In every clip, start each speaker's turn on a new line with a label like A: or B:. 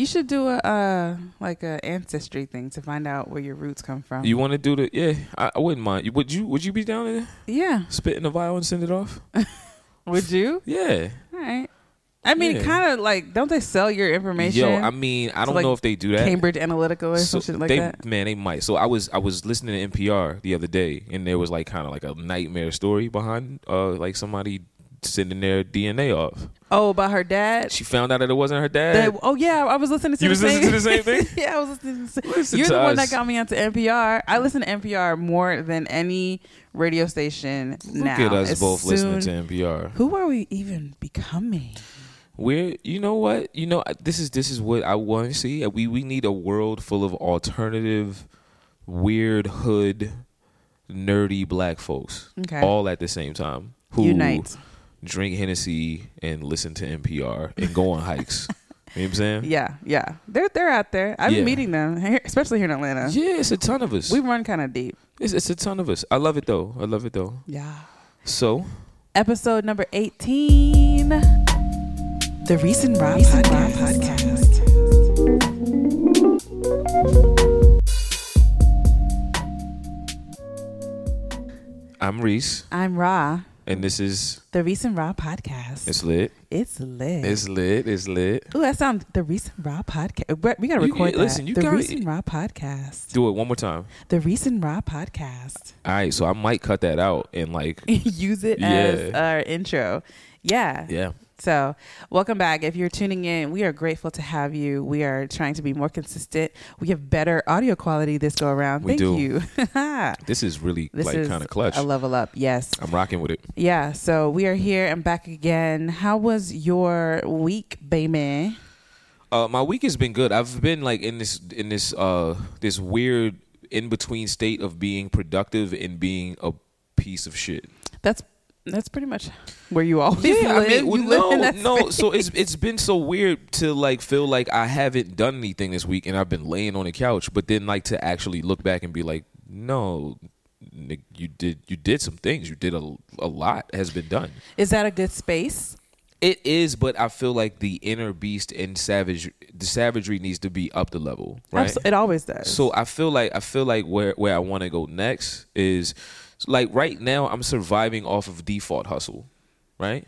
A: You should do a uh, like a ancestry thing to find out where your roots come from.
B: You want to do the? Yeah, I, I wouldn't mind. You- Would you? Would you be down there
A: yeah,
B: spitting a vial and send it off?
A: would you?
B: Yeah.
A: All right. I mean,
B: Yeah.
A: kind of like don't they sell your information?
B: Yo, I mean, I
A: So,
B: don't
A: like,
B: know if they do that.
A: Cambridge Analytical or some shit like
B: they,
A: that.
B: Man, they might. So I was I was listening to NPR the other day, and there was like kind of like a nightmare story behind uh like somebody sending their DNA off.
A: Oh, about her dad.
B: She found out that it wasn't her dad.
A: That- oh yeah, I was listening to
B: You
A: the
B: was
A: same.
B: listening to the same thing?
A: yeah, I was listening. To the same.
B: Listen
A: You're
B: to
A: the one
B: us.
A: that got me onto NPR. I listen to NPR more than any radio station
B: Look
A: now.
B: at us
A: As
B: both listening
A: soon-
B: to NPR.
A: Who are we even becoming?
B: We're, you know what, you know I- this is this is what I want to see. Uh, We we need a world full of alternative, weird hood, nerdy black folks,
A: Okay.
B: all at the same time. Who
A: Unite.
B: drink Hennessy and listen to NPR and go on hikes. you know what I'm saying?
A: Yeah, yeah. They're they're out there. I've
B: Yeah.
A: been meeting them, here- especially here in Atlanta.
B: Yeah, it's a ton of us.
A: We run kind of deep.
B: it's, it's a ton of us. I love it though. I love it though.
A: Yeah.
B: So
A: Episode number 18. The Recent Rob Podcast.
B: I'm Reese,
A: I'm Ra.
B: and this is
A: The Recent Raw Podcast. It's,
B: it's lit.
A: lit.
B: It's lit. It's lit.
A: Ooh, that sounds the recent Raw podcast. We gotta
B: You-
A: record that.
B: you- listen, you
A: the
B: gotta-
A: recent Raw podcast.
B: Do it one more time.
A: The recent Raw podcast.
B: All right. So I might cut that out and like
A: Use it as
B: Yeah.
A: our intro. Yeah.
B: yeah.
A: So, welcome back. If you're tuning in, we are grateful to have you. We are trying to be more consistent. We have better audio quality this go around.
B: We
A: Thank
B: do.
A: you. this
B: This is really like
A: is
B: kind of clutch.
A: a level up. Yes.
B: I'm rocking with it.
A: Yeah. So we are here and back again. How was your week, baby?
B: Uh, my week has been good. I've been like in this in this uh this weird in between state of being productive and being a piece of shit.
A: That's that's pretty much where you always
B: Yeah,
A: live.
B: I mean, well,
A: You live in
B: no,
A: that
B: no.
A: space.
B: So it's it's been so weird to like feel like I haven't done anything this week and I've been laying on the couch, but then like to actually look back and be like, no, Nick, you did you did some things. You did a a lot has been done.
A: Is that a good space?
B: It is, but I feel like the inner beast and savage the savagery needs to be up the level, right?
A: Abso- It always does.
B: So I feel like I feel like where where I want to go next is like right now I'm surviving off of default hustle, right?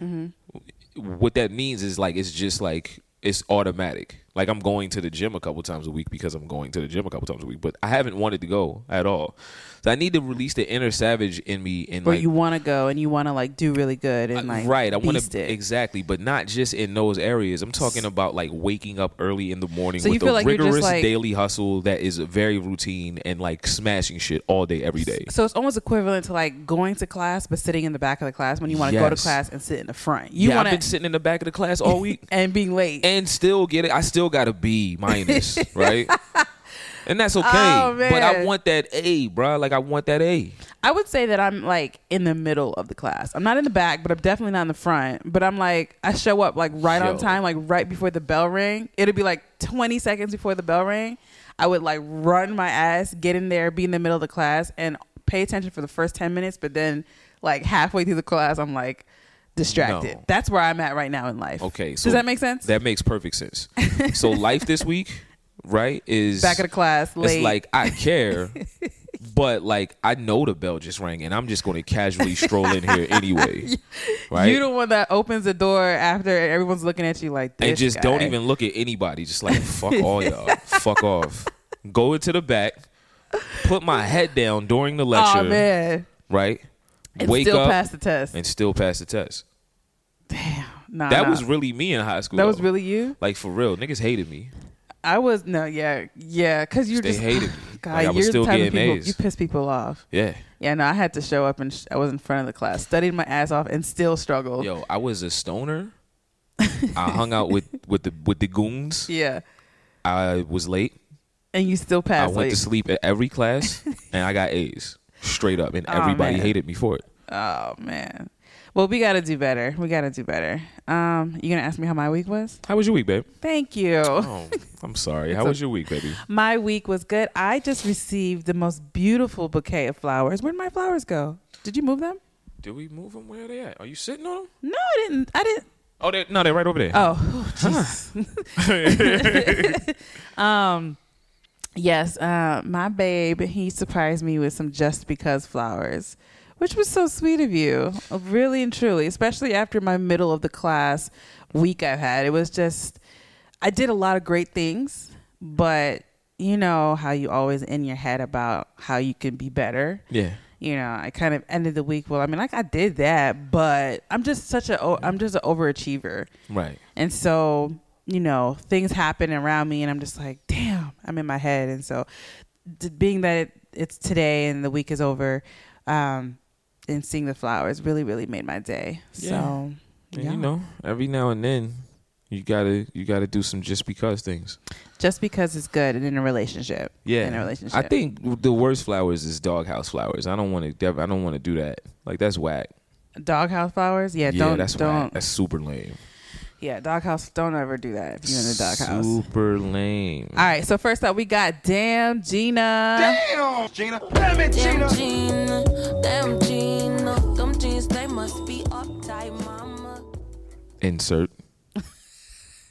B: What that means is like it's just like it's automatic. Like I'm going to the gym a couple times a week because I'm going to the gym a couple times a week, but I haven't wanted to go at all. So I need to release the inner savage in me and
A: where
B: like
A: you want to go and you want to like do really good and like
B: Uh, right, I
A: want
B: want to exactly, but not just in those areas. I'm talking about like waking up early in the morning
A: So you
B: with a
A: feel like you're just,
B: rigorous
A: like-
B: daily hustle that is very routine and like smashing shit all day every day.
A: So it's almost equivalent to like going to class but sitting in the back of the class when you want to go to
B: Yes.
A: class and sit in the front. You
B: yeah,
A: want
B: I've been sitting in the back of the class all week
A: and being late.
B: and still get it. I still got a B minus, right? And that's okay,
A: Oh,
B: but I
A: man.
B: want that A, bruh. Like I want that A.
A: I would say that I'm like in the middle of the class. I'm not in the back, but I'm definitely not in the front. But I'm like I show up like right
B: Yo.
A: on time, like right before the bell ring. It'll be like 20 seconds before the bell ring. I would like run my ass, get in there, be in the middle of the class, and pay attention for the first 10 minutes. But then like halfway through the class, I'm like distracted.
B: No.
A: That's where I'm at right now in life.
B: Okay, so
A: does that make sense?
B: That makes perfect sense. so life this week, right, is
A: back of the class, late.
B: It's like I care, but like I know the bell just rang, and I'm just going to casually stroll in here anyway, right?
A: you the one that opens the door after everyone's looking at you like this.
B: and just don't
A: guy.
B: even look at anybody. Just like fuck all y'all, fuck off. Go into the back, put my head down during the lecture,
A: Oh man.
B: right?
A: And
B: Wake
A: still
B: up
A: pass the test.
B: and still pass the test.
A: Damn. Nah,
B: That
A: nah.
B: was really me in high school.
A: that was
B: though.
A: really you.
B: like for real. Niggas hated me.
A: I was no, yeah, yeah, because you
B: They
A: just
B: hated me.
A: God,
B: Like, I
A: you're
B: was still
A: the type of
B: getting
A: people
B: A's.
A: you piss people off.
B: Yeah.
A: Yeah, no, I had to show up and sh- I was in front of the class, studied my ass off, and still struggled.
B: Yo, I was a stoner. I hung out with with the with the goons.
A: Yeah,
B: I was late.
A: and you still
B: I
A: passed. Like,
B: went to sleep at every class and I got A's straight up, and
A: Aw,
B: everybody
A: Oh, man.
B: hated me for it.
A: oh man, well, we gotta do better. We gotta do better. Um, you gonna ask me how my week was?
B: How was your week, babe?
A: Thank you.
B: Oh, I'm sorry. How was your week, baby?
A: My week was good. I just received the most beautiful bouquet of flowers. Where'd my flowers go? Did you move them?
B: Did we move them? Where are they at? Are you sitting on them?
A: No, I didn't. I didn't.
B: Oh, they, no, they're right over there.
A: Oh, jeez. um, yes, uh, my babe, he surprised me with some just because flowers, which was so sweet of you, really and truly, especially after my middle of the class week I've had. It was just, I did a lot of great things, but you know how you always in your head about how you can be better
B: Yeah.
A: you know, I kind of ended the week well. I mean, like I did that, but I'm just such a o- I'm just an overachiever,
B: Right.
A: and so you know things happen around me, and I'm just like, damn, I'm in my head, and so d- being that it, it's today and the week is over, um, and seeing the flowers really really made my day. So
B: And
A: yeah.
B: you know, every now and then you gotta you gotta do some just because things.
A: just because it's good and in a relationship,
B: Yeah.
A: in a relationship,
B: I think the worst flowers is doghouse flowers. I don't want to. I don't want to do that. Like that's whack.
A: doghouse flowers, yeah, don't
B: that's
A: don't
B: whack. That's super lame.
A: yeah, doghouse, don't ever do that if you're in the doghouse.
B: Super lame.
A: All right, so first up, we got Damn Gina.
C: Damn, Gina. Damn it,
D: Damn
C: Gina.
D: Gina, damn Gina, them jeans they must be uptight, mama.
B: Insert.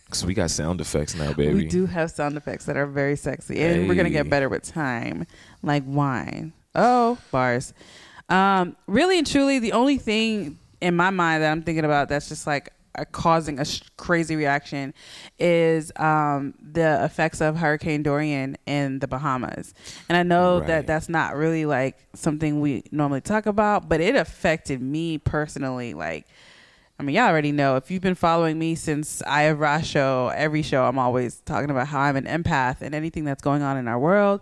B: Cause we got sound effects now, baby.
A: We do have sound effects that are very sexy, and we're gonna get
B: Hey.
A: better with time, like wine. Oh, bars. Um, really and truly, the only thing in my mind that I'm thinking about that's just like uh, causing a sh- crazy reaction is um, the effects of Hurricane Dorian in the Bahamas, and I know that
B: Right.
A: that's not really like something we normally talk about, but it affected me personally, like. I mean, y'all already know if you've been following me since I have Ra show, every show I'm always talking about how I'm an empath and anything that's going on in our world.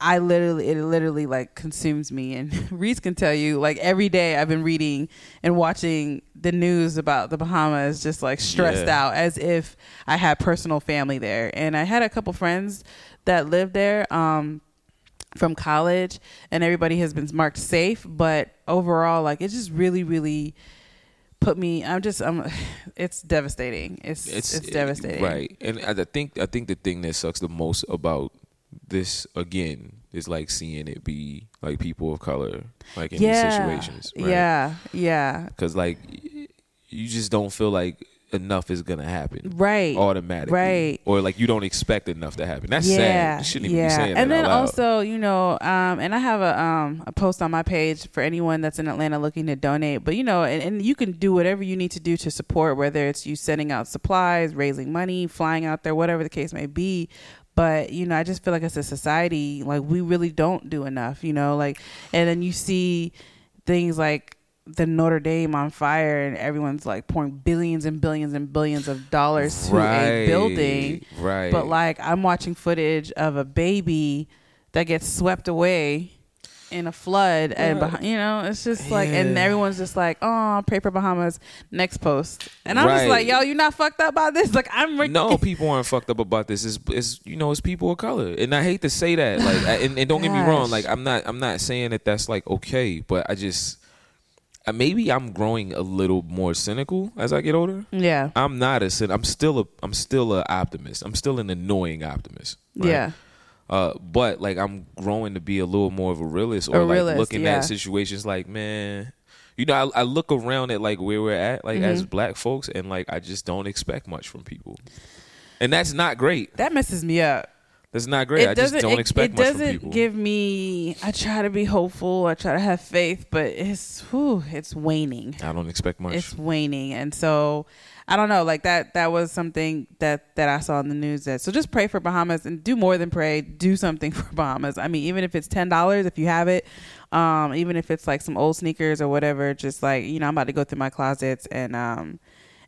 A: I literally, it literally like consumes me. And Reese can tell you, like every day I've been reading and watching the news about the Bahamas, just like stressed
B: Yeah.
A: out as if I had personal family there. And I had a couple friends that lived there. Um, from college and everybody has been marked safe but overall like it just really really put me i'm just i'm it's devastating it's it's, devastating
B: right? And I I think I think the thing that sucks the most about this again is like seeing it be like people of color, like in
A: yeah
B: these situations, right?
A: yeah yeah
B: Because like y- you just don't feel like enough is gonna happen,
A: right
B: Automatically,
A: Right.
B: Or like you don't expect enough to happen. That's sad. You shouldn't even be saying
A: and
B: that
A: then
B: out loud.
A: also, you know, um, and I have a um a post on my page for anyone that's in Atlanta looking to donate. But you know, and, and you can do whatever you need to do to support, whether it's you sending out supplies, raising money, flying out there, whatever the case may be. But you know, I just feel like as a society, like we really don't do enough. You know, like, and then you see things like the Notre Dame on fire, and everyone's like pouring billions and billions and billions of dollars to a
B: Right,
A: building.
B: right?
A: But like I'm watching footage of a baby that gets swept away in a flood and
B: Right.
A: you know it's just like and
B: Yeah.
A: everyone's just like oh pray for bahamas next post and i'm just
B: Right.
A: like yo you're not fucked up by this like i'm re-
B: no, people aren't fucked up about this. It's, it's you know, it's people of color, and I hate to say that. Like, I, and, and don't get me wrong.
A: Gosh.
B: Like, I'm not, I'm not saying that that's like okay, but I just uh, maybe I'm growing a little more cynical as I get older.
A: yeah
B: I'm not a cyn- I'm still a, I'm still a optimist. I'm still an annoying optimist. right?
A: yeah
B: Uh, but like I'm growing to be a little more of a realist, or
A: A
B: like
A: realist,
B: looking
A: yeah.
B: at situations like, man, you know, I, I look around at like where we're at, like as
A: Mm-hmm.
B: black folks, and like I just don't expect much from people, and that's not great.
A: that messes me up
B: That's not great. I just don't
A: it,
B: expect
A: it
B: much
A: doesn't
B: from people.
A: give me i try to be hopeful i try to have faith but it's whew, it's waning
B: I don't expect much.
A: it's waning and so i don't know like that that was something that that i saw in the news that so just pray for bahamas and do more than pray do something for bahamas i mean even if it's ten dollars if you have it um even if it's like some old sneakers or whatever just like you know i'm about to go through my closets and um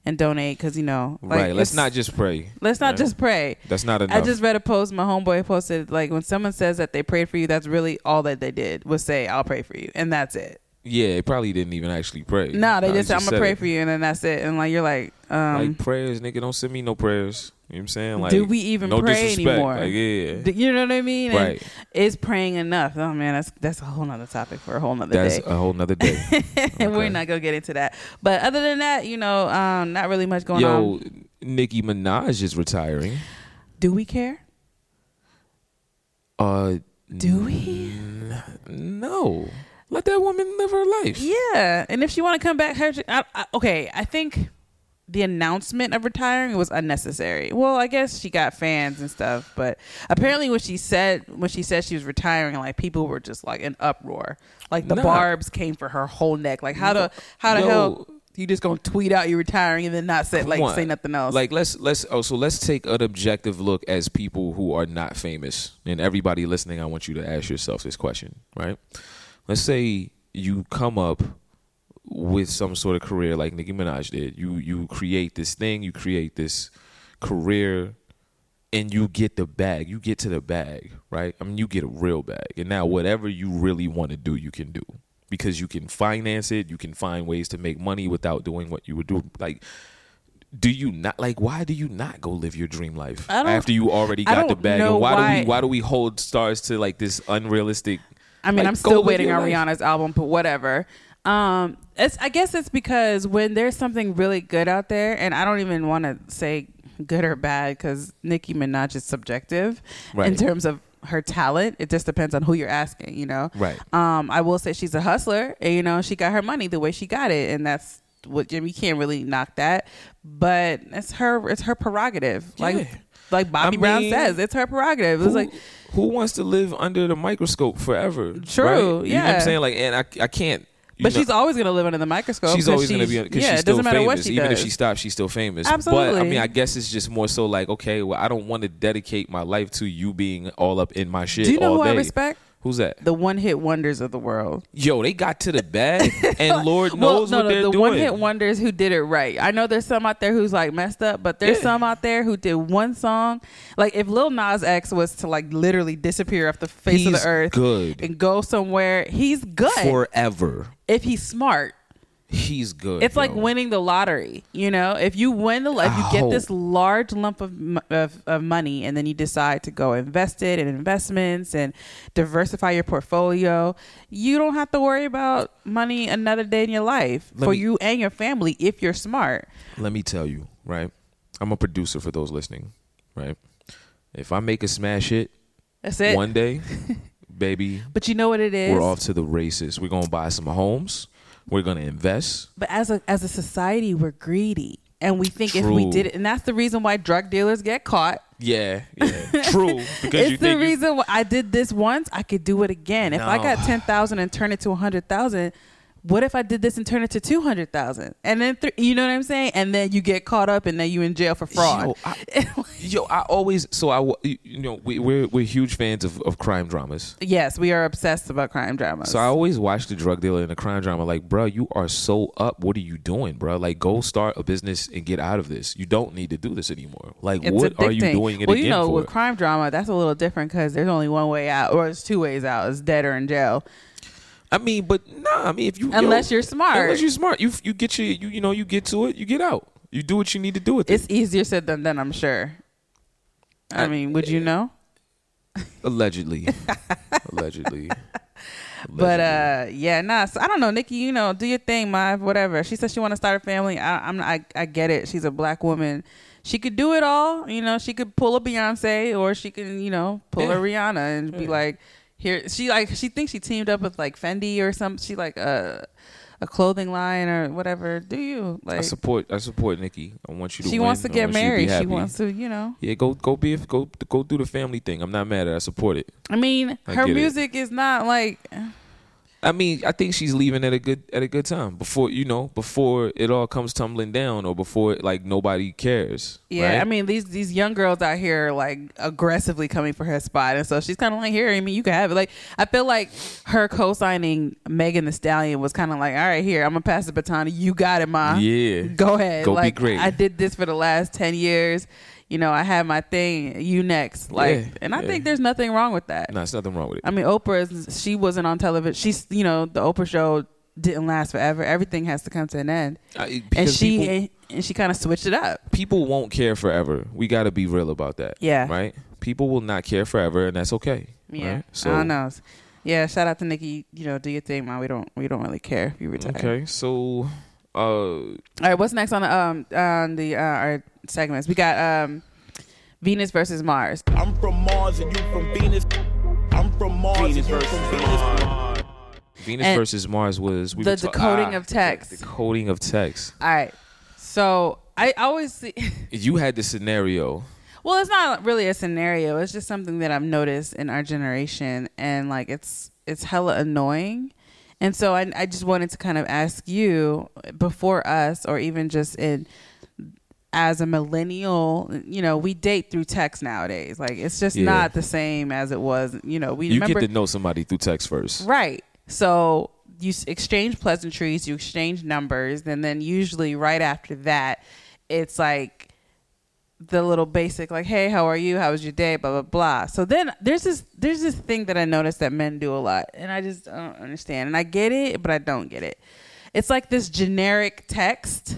A: and donate because you know like
B: right? Let's
A: it's-
B: not just pray.
A: let's not
B: right?
A: just pray
B: That's not enough.
A: I just read a post my homeboy posted like when someone says that they prayed for you, that's really all that they did was say, I'll pray for you and that's it.
B: yeah, it probably didn't even actually pray.
A: No, they
B: Probably
A: just said, I'm gonna
B: said
A: pray
B: it.
A: for you and then that's it. And like you're like, um
B: like prayers, nigga. Don't send me no prayers. You know what I'm saying? Like,
A: do we even
B: no
A: pray
B: disrespect.
A: anymore?
B: Like, yeah.
A: Do- you know what I mean? And
B: Right.
A: is praying enough? Oh man, that's that's a whole nother topic for a whole nother
B: That's
A: day.
B: a whole nother day.
A: And we're
B: okay.
A: not gonna get into that. But other than that, you know, um, not really much going
B: Yo,
A: on.
B: Nicki Minaj is retiring.
A: Do we care?
B: Uh,
A: Do we?
B: no. Let that woman live her life.
A: Yeah. And if she want to come back, her, I, I, okay. I think the announcement of retiring was unnecessary. Well, I guess she got fans and stuff, but apparently when she said when she said she was retiring, like people were just like in uproar. Like the
B: Nah.
A: barbs came for her whole neck. Like how the how the
B: Yo.
A: hell you just gonna tweet out you're retiring and then not say
B: Come
A: like
B: on.
A: say nothing else.
B: Like let's let's oh so let's take an objective look as people who are not famous. And everybody listening, I want you to ask yourself this question, right? Let's say you come up with some sort of career like Nicki Minaj did. You you create this thing, you create this career and you get the bag. You get to the bag, right? I mean, you get a real bag. And now whatever you really want to do, you can do because you can finance it, you can find ways to make money without doing what you would do like do you not like why do you not go live your dream life
A: I don't-
B: after you already
A: I
B: got the
A: don't
B: bag?
A: know
B: And why, do
A: why-
B: we why do we hold stars to like this unrealistic
A: I mean,
B: like,
A: I'm
B: go
A: still
B: live
A: waiting
B: your
A: on
B: life.
A: Rihanna's album, but whatever. Um, it's I guess it's because when there's something really good out there, and I don't even want to say good or bad because Nicki Minaj is subjective in
B: Right.
A: terms of her talent. It just depends on who you're asking, you know.
B: Right.
A: Um, I will say she's a hustler, and you know she got her money the way she got it, and that's what Jimmy can't really knock that. But it's her, it's her prerogative.
B: Yeah.
A: Like, like Bobby Brown
B: mean,
A: says, it's her prerogative. It's
B: who,
A: like
B: who wants to live under the microscope forever?
A: True,
B: right? You know what
A: yeah.
B: I'm saying? Like, and I, I can't. you
A: But
B: know,
A: she's always going to live under the microscope.
B: she's
A: 'cause
B: always going to be because
A: yeah,
B: she's
A: it
B: still
A: doesn't matter
B: famous.
A: what she
B: Even
A: does.
B: if she stops, she's still famous. But I
A: Absolutely.
B: mean, I guess it's just more so like, okay, well, I don't want to dedicate my life to you being all up in my shit.
A: Do you know
B: all
A: who I
B: day.
A: respect?
B: Who's that?
A: the one hit wonders of the world.
B: Yo, they got to the bag, and Lord
A: Well,
B: knows
A: no,
B: what
A: no,
B: they're
A: the
B: doing.
A: one hit wonders who did it right. I know there's some out there who's like messed up, but there's
B: Yeah.
A: some out there who did one song. Like if Lil Nas X was to like literally disappear off the face of
B: He's
A: the earth
B: good.
A: and go somewhere, he's good
B: forever.
A: if he's smart.
B: He's good.
A: It's like
B: yo.
A: winning the lottery, you know. If you win the, if you
B: I
A: get
B: hope.
A: this large lump of, mo- of of money, and then you decide to go invest it in investments and diversify your portfolio, you don't have to worry about money another day in your life
B: Let
A: for
B: me-
A: you and your family if you're smart.
B: Let me tell you, right? I'm a producer for those listening, right? If I make a smash hit
A: That's it.
B: one day, baby,
A: but you know what it is.
B: we're off to the races. We're gonna buy some homes. We're gonna invest.
A: But as a as a society, we're greedy, and we think if we
B: True.
A: did it, and that's the reason why drug dealers get caught.
B: Yeah, yeah. True. Because
A: it's
B: you
A: the
B: think you-
A: reason why I did this once. I could do it again. If I
B: No.
A: got ten thousand and turn it to a hundred thousand, what if I did this and turn it to two hundred thousand? And then th- you know what I'm saying? And then you get caught up, and then you in jail for fraud.
B: Yo, I, yo, I always so I w- you know we, we're we're huge fans of, of crime dramas.
A: yes, we are obsessed about crime dramas.
B: So I always watch the drug dealer in the crime drama. Like, bro, you are so up. What are you doing, bro? Like, go start a business and get out of this. You don't need to do this anymore. Like,
A: It's
B: what are you
A: addicting.
B: doing it
A: well,
B: again
A: you know,
B: for?
A: with crime drama, that's a little different because there's only one way out, or it's two ways out: it's dead or in jail.
B: I mean, but nah. I mean, if you
A: Unless you're smart.
B: unless you're smart, you you get your you you know you get to it, you get out. You do what you need to do with it.
A: It's easier said than done, I'm sure. I
B: I-
A: mean, would you know?
B: Allegedly, allegedly.
A: But
B: Allegedly.
A: uh, yeah, nah. So I don't know, Nikki. You know, do your thing, my whatever. She says she want to start a family. I, I'm, I, I get it. She's a black woman. She could do it all. You know, she could pull a Beyonce, or she can, you know, pull a Rihanna and be like, here. She like she thinks she teamed up with like Fendi or some. She like a a clothing line or whatever. Do you
B: I
A: like?
B: support I support Nikki. I want you to.
A: She
B: win.
A: wants to
B: I
A: get
B: want you be
A: married. She
B: happy.
A: wants to, you know.
B: Yeah, go go be go go do the family thing. I'm not mad at. it. I support it.
A: I mean,
B: I
A: her
B: get it.
A: music is not like
B: I mean, I think she's leaving at a good at a good time before you know before it all comes tumbling down or before like nobody cares.
A: Yeah,
B: right?
A: I mean these these young girls out here are, like aggressively coming for her spot, and so she's kind of like, here, I mean, you can have it. Like, I feel like her co-signing Megan The Stallion was kind of like, all right, here, I'm gonna pass the baton. to you. You got it, ma.
B: Yeah.
A: go ahead.
B: Go be
A: like,
B: great.
A: I did this for the last ten years. You know, I had my thing. You next, like,
B: Yeah,
A: and I
B: yeah.
A: think there's nothing wrong with that.
B: no, it's nothing wrong with it.
A: I mean, Oprah is she wasn't on television. She's you know the Oprah show didn't last forever. Everything has to come to an end,
B: I,
A: and
B: because
A: she
B: people,
A: and she kind of switched it up.
B: people won't care forever. We got to be real about that.
A: Yeah.
B: right. People will not care forever, and that's okay.
A: Yeah.
B: right?
A: I don't know. Yeah, shout out to Nikki. You know, do your thing, man. We don't we don't really care if you retire.
B: Okay, so uh,
A: All right, what's next on the um on the uh, our segments? We got um Venus versus Mars.
E: I'm from Mars and you from Venus. I'm from Mars and you from Venus.
B: Venus
A: And
B: versus Mars was we
A: the
B: were ta-
A: decoding
B: ah,
A: of text.
B: The decoding of text.
A: All right. So I always see.
B: You had the scenario.
A: Well, it's not really a scenario. It's just something that I've noticed in our generation, and like it's it's hella annoying. And so I I just wanted to kind of ask you before us, or even just in as a millennial, you know, we date through text nowadays. Like it's just
B: Yeah.
A: not the same as it was. You know, we
B: You
A: remember
B: get to know somebody through text first.
A: Right. So you s- exchange pleasantries, you exchange numbers, and then usually right after that, it's like the little basic like, "Hey, how are you? How was your day?" blah blah blah. So then there's this there's this thing that I noticed that men do a lot, and I just I don't understand. And I get it, but I don't get it. It's like this generic text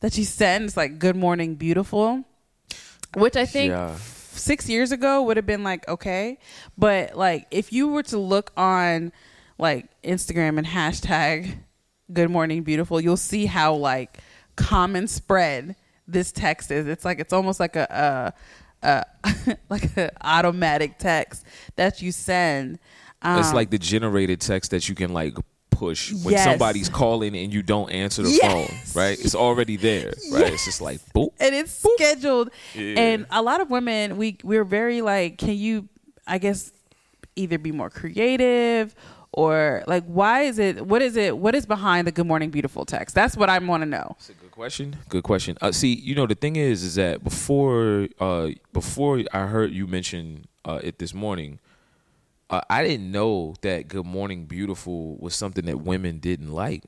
A: that you send. It's like "Good morning, beautiful," which I think
B: Yeah.
A: six years ago would have been like okay but like if you were to look on like instagram and hashtag good morning beautiful you'll see how like common spread this text is it's like it's almost like a, a, a like an automatic text that you send um,
B: it's like the generated text that you can like push when
A: Yes.
B: somebody's calling and you don't answer the
A: Yes.
B: phone. Right? It's already there. Right? It's just like boop.
A: and it's scheduled. And a lot of women, we we're very like, can you? I guess either be more creative or like, why is it? What is it? What is behind the "Good Morning Beautiful" text? That's what I want to know.
B: That's a good question. Good question. Uh, see, you know, the thing is, is that before, uh, before I heard you mention uh, it this morning, uh, I didn't know that "Good Morning Beautiful" was something that women didn't like.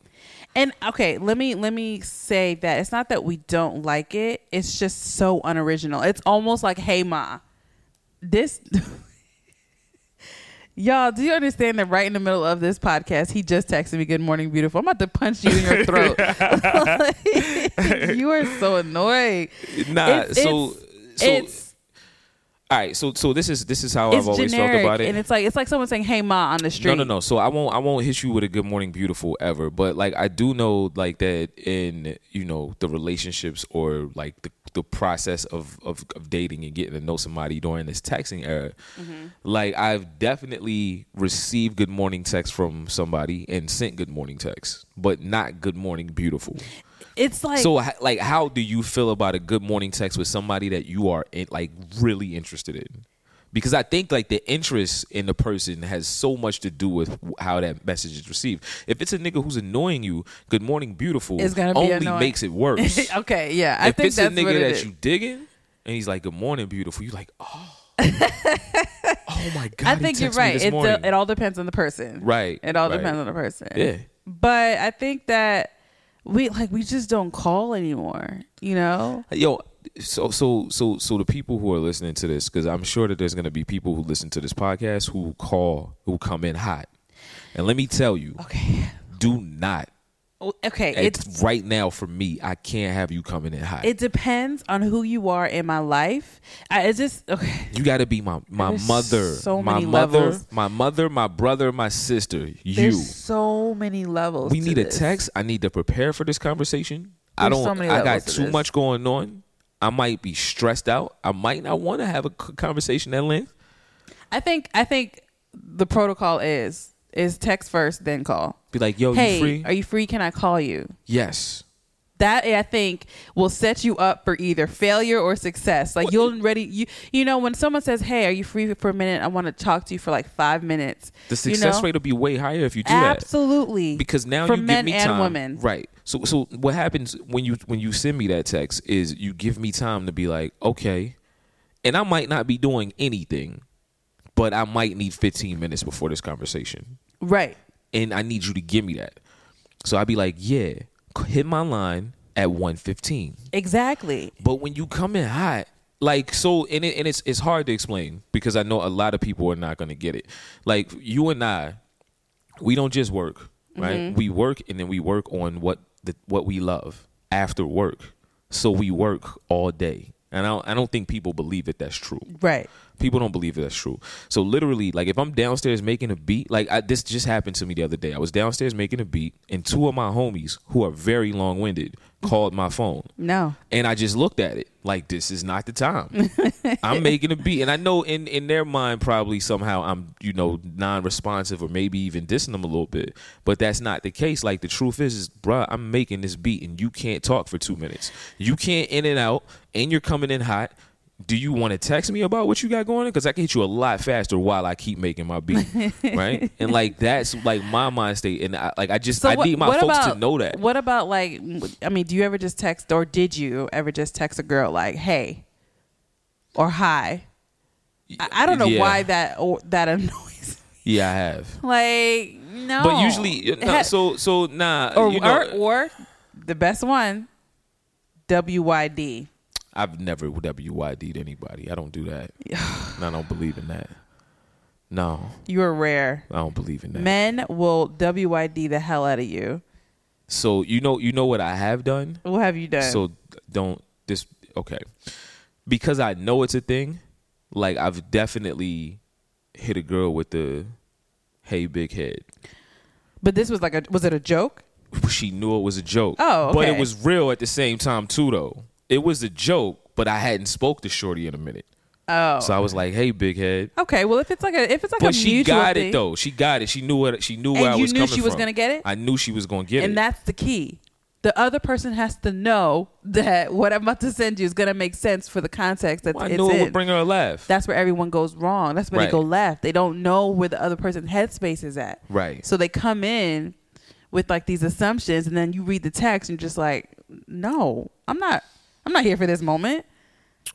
A: And okay, let me let me say that it's not that we don't like it. It's just so unoriginal. It's almost like, hey ma, this Y'all, do you understand that right in the middle of this podcast, he just texted me, Good morning, beautiful. I'm about to punch you in your throat. Like, you are so annoying.
B: Nah.
A: It's-
B: Uh, so,
A: it's-
B: so
A: it's,
B: all right. So, so this is this is how
A: it's
B: I've always
A: generic,
B: felt about it.
A: and it's like it's like someone saying, "Hey ma" on the street.
B: No, no, no. So I won't I won't hit you with a good morning beautiful ever, but like I do know like that in you know the relationships or like the the process of of, of dating and getting to know somebody during this texting era. Like I've definitely received good morning text from somebody and sent good morning text, but not good morning beautiful.
A: It's like
B: so h- like how do you feel about a good morning text with somebody that you are in, like really interested in? Because I think like the interest in the person has so much to do with wh- how that message is received. If it's a nigga who's annoying you, good morning beautiful
A: It's gonna be
B: only
A: annoying.
B: makes it worse.
A: okay, yeah. I
B: if
A: think
B: it's
A: that's
B: a nigga
A: what it
B: that
A: is.
B: you digging and he's like good morning beautiful, you like oh. oh my god.
A: I
B: he
A: think you're
B: texted me
A: right.
B: this
A: It,
B: morning.
A: it all depends on the person.
B: Right,
A: It all
B: right.
A: depends on the person.
B: Yeah.
A: But I think that we like we just don't call anymore. You know.
B: yo so so so so the people who are listening to this because i'm sure that there's going to be people who listen to this podcast who call who come in hot and let me tell you
A: Okay.
B: do not
A: Oh, Okay.
B: it's,
A: It's
B: right now for me i can't have you coming in hot
A: it depends on who you are in my life. I, it's just okay.
B: you got to be my my
A: There's
B: mother
A: so
B: my
A: many
B: mother
A: levels.
B: my mother my brother my sister you
A: There's so many levels.
B: we
A: to
B: need a
A: this.
B: text i need to prepare for this conversation i
A: There's
B: don't
A: so many
B: i got
A: levels to
B: too
A: this.
B: much going on i might be stressed out i might not want to have a c- conversation at length
A: I think I think the protocol is is text first, then call.
B: be like yo
A: hey,
B: you free
A: are you free? Can I call you?
B: Yes.
A: that I think will set you up for either failure or success. Like you'll ready you you know when someone says, "Hey, are you free for a minute? I want to talk to you for like five minutes."
B: The success
A: you know?
B: rate will be way higher if you do
A: absolutely
B: that. Because now
A: for
B: you
A: men
B: give me
A: and
B: time.
A: women,
B: Right. So so what happens when you when you send me that text is you give me time to be like, okay. And I might not be doing anything, but I might need 15 minutes before this conversation.
A: right?
B: And I need you to give me that. So I'd be like, yeah, c- hit my line at 115.
A: Exactly.
B: But when you come in hot, like so, and it, and it's it's hard to explain because I know a lot of people are not going to get it. Like you and I, we don't just work, right? We work and then we work on what the, what we love after work. So we work all day, and I don't, I don't think people believe that that's true.
A: Right.
B: People don't believe that that's true. So literally, like if I'm downstairs making a beat, like I, this just happened to me the other day. I was downstairs making a beat, and two of my homies who are very long winded called my phone.
A: No.
B: And I just looked at it like this is not the time. I'm making a beat, and I know in in their mind probably somehow I'm you know non-responsive or maybe even dissing them a little bit, but that's not the case. Like the truth is, is bruh, I'm making this beat, and you can't talk for two minutes. You can't in and out, and you're coming in hot. Do you want to text me about what you got going on? Because I can hit you a lot faster while I keep making my beat, right? And like that's like my mind state, and I, like I just I need my folks to know that.
A: What about like? I mean, do you ever just text, or did you ever just text a girl like, "Hey," or "Hi"? I, I don't know
B: Yeah.
A: why that or, that annoys. me.
B: Yeah, I have.
A: Like no,
B: But usually,
A: Oh.
B: uh,
A: It
B: no,
A: ha-
B: so so nah.
A: or,
B: you know, uh,
A: or or the best one, WYD.
B: I've never WYD'd anybody. I don't do that. and I don't believe in that. No,
A: You are rare.
B: I don't believe in that.
A: Men will WYD the hell out of you.
B: So you know, you know what I have done.
A: What have you done?
B: So don't this okay? Because I know it's a thing. Like I've definitely hit a girl with the hey big head.
A: but this was like a was it a joke?
B: she knew it was a joke.
A: Oh,
B: but
A: okay.
B: it was real at the same time too, though. It was a joke, but I hadn't spoke to Shorty in a minute.
A: Oh.
B: So I was like, "Hey, big head."
A: Okay, well if it's like a if it's like a
B: But she
A: mutual
B: got
A: thing,
B: it though. She got it. She knew what she knew
A: And
B: where I
A: you
B: was
A: knew
B: coming
A: she was
B: from.
A: gonna get it?
B: I knew she was gonna get it.
A: and that's the key. The other person has to know that what I'm about to send you is gonna make sense for the context that
B: Well, I
A: it's
B: knew it
A: in.
B: would bring her a laugh.
A: that's where everyone goes wrong. That's where they
B: Right.
A: go left. They don't know where the other person's headspace is at.
B: Right.
A: So they come in with like these assumptions, and then you read the text and just like, no, I'm not. I'm not here for this moment. And